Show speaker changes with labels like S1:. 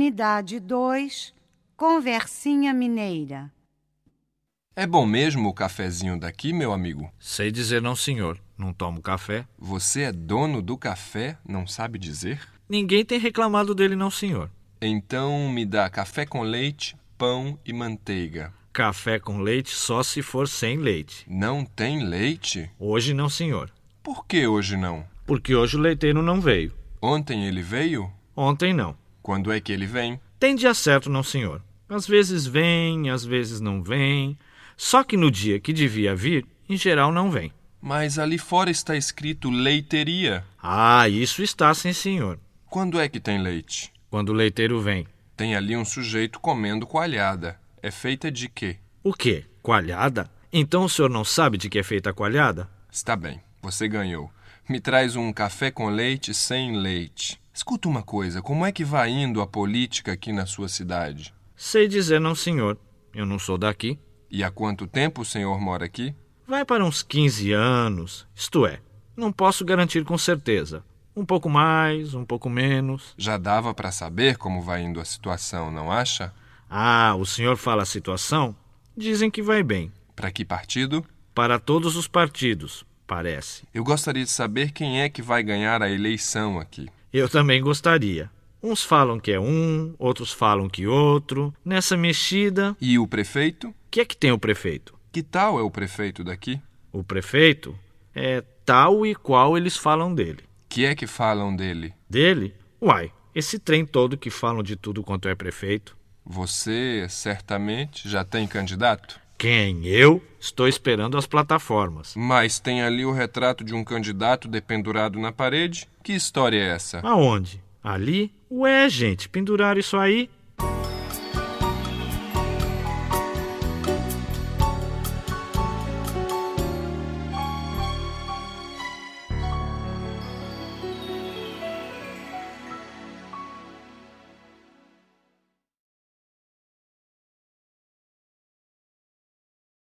S1: Unidade 2, Conversinha Mineira.
S2: É bom mesmo o cafezinho daqui, meu amigo?
S3: Sei dizer não, senhor. Não tomo café.
S2: Você é dono do café, não sabe dizer?
S3: Ninguém tem reclamado dele, não, senhor.
S2: Então me dá café com leite, pão e manteiga.
S3: Café com leite só se for sem leite.
S2: Não tem leite?
S3: Hoje não, senhor.
S2: Por que hoje não?
S3: Porque hoje o leiteiro não veio.
S2: Ontem ele veio?
S3: Ontem não.
S2: Quando é que ele vem?
S3: Tem dia certo, não, senhor. Às vezes vem, às vezes não vem. Só que no dia que devia vir, em geral não vem.
S2: Mas ali fora está escrito leiteria.
S3: Ah, isso está sim, senhor.
S2: Quando é que tem leite?
S3: Quando o leiteiro vem.
S2: Tem ali um sujeito comendo coalhada. É feita de quê?
S3: O quê? Coalhada? Então o senhor não sabe de que é feita a coalhada?
S2: Está bem, você ganhou. Me traz um café com leite sem leite. Escuta uma coisa, como é que vai indo a política aqui na sua cidade?
S3: Sei dizer não, senhor. Eu não sou daqui.
S2: E há quanto tempo o senhor mora aqui?
S3: Vai para uns 15 anos. Isto é, não posso garantir com certeza. Um pouco mais, um pouco menos.
S2: Já dava para saber como vai indo a situação, não acha?
S3: Ah, o senhor fala a situação? Dizem que vai bem.
S2: Para que partido?
S3: Para todos os partidos, parece.
S2: Eu gostaria de saber quem é que vai ganhar a eleição aqui.
S3: Eu também gostaria. Uns falam que é um, outros falam que outro. Nessa mexida,
S2: E o prefeito?
S3: o que é que tem o prefeito?
S2: Que tal é o prefeito daqui?
S3: O prefeito é tal e qual eles falam dele.
S2: Que é que falam dele?
S3: Dele? Uai, esse trem todo que falam de tudo quanto é prefeito.
S2: Você certamente já tem candidato?
S3: Quem? Eu? Estou esperando as plataformas.
S2: Mas tem ali o retrato de um candidato dependurado na parede? Que história é essa?
S3: Aonde? Ali? Ué, gente, penduraram isso aí?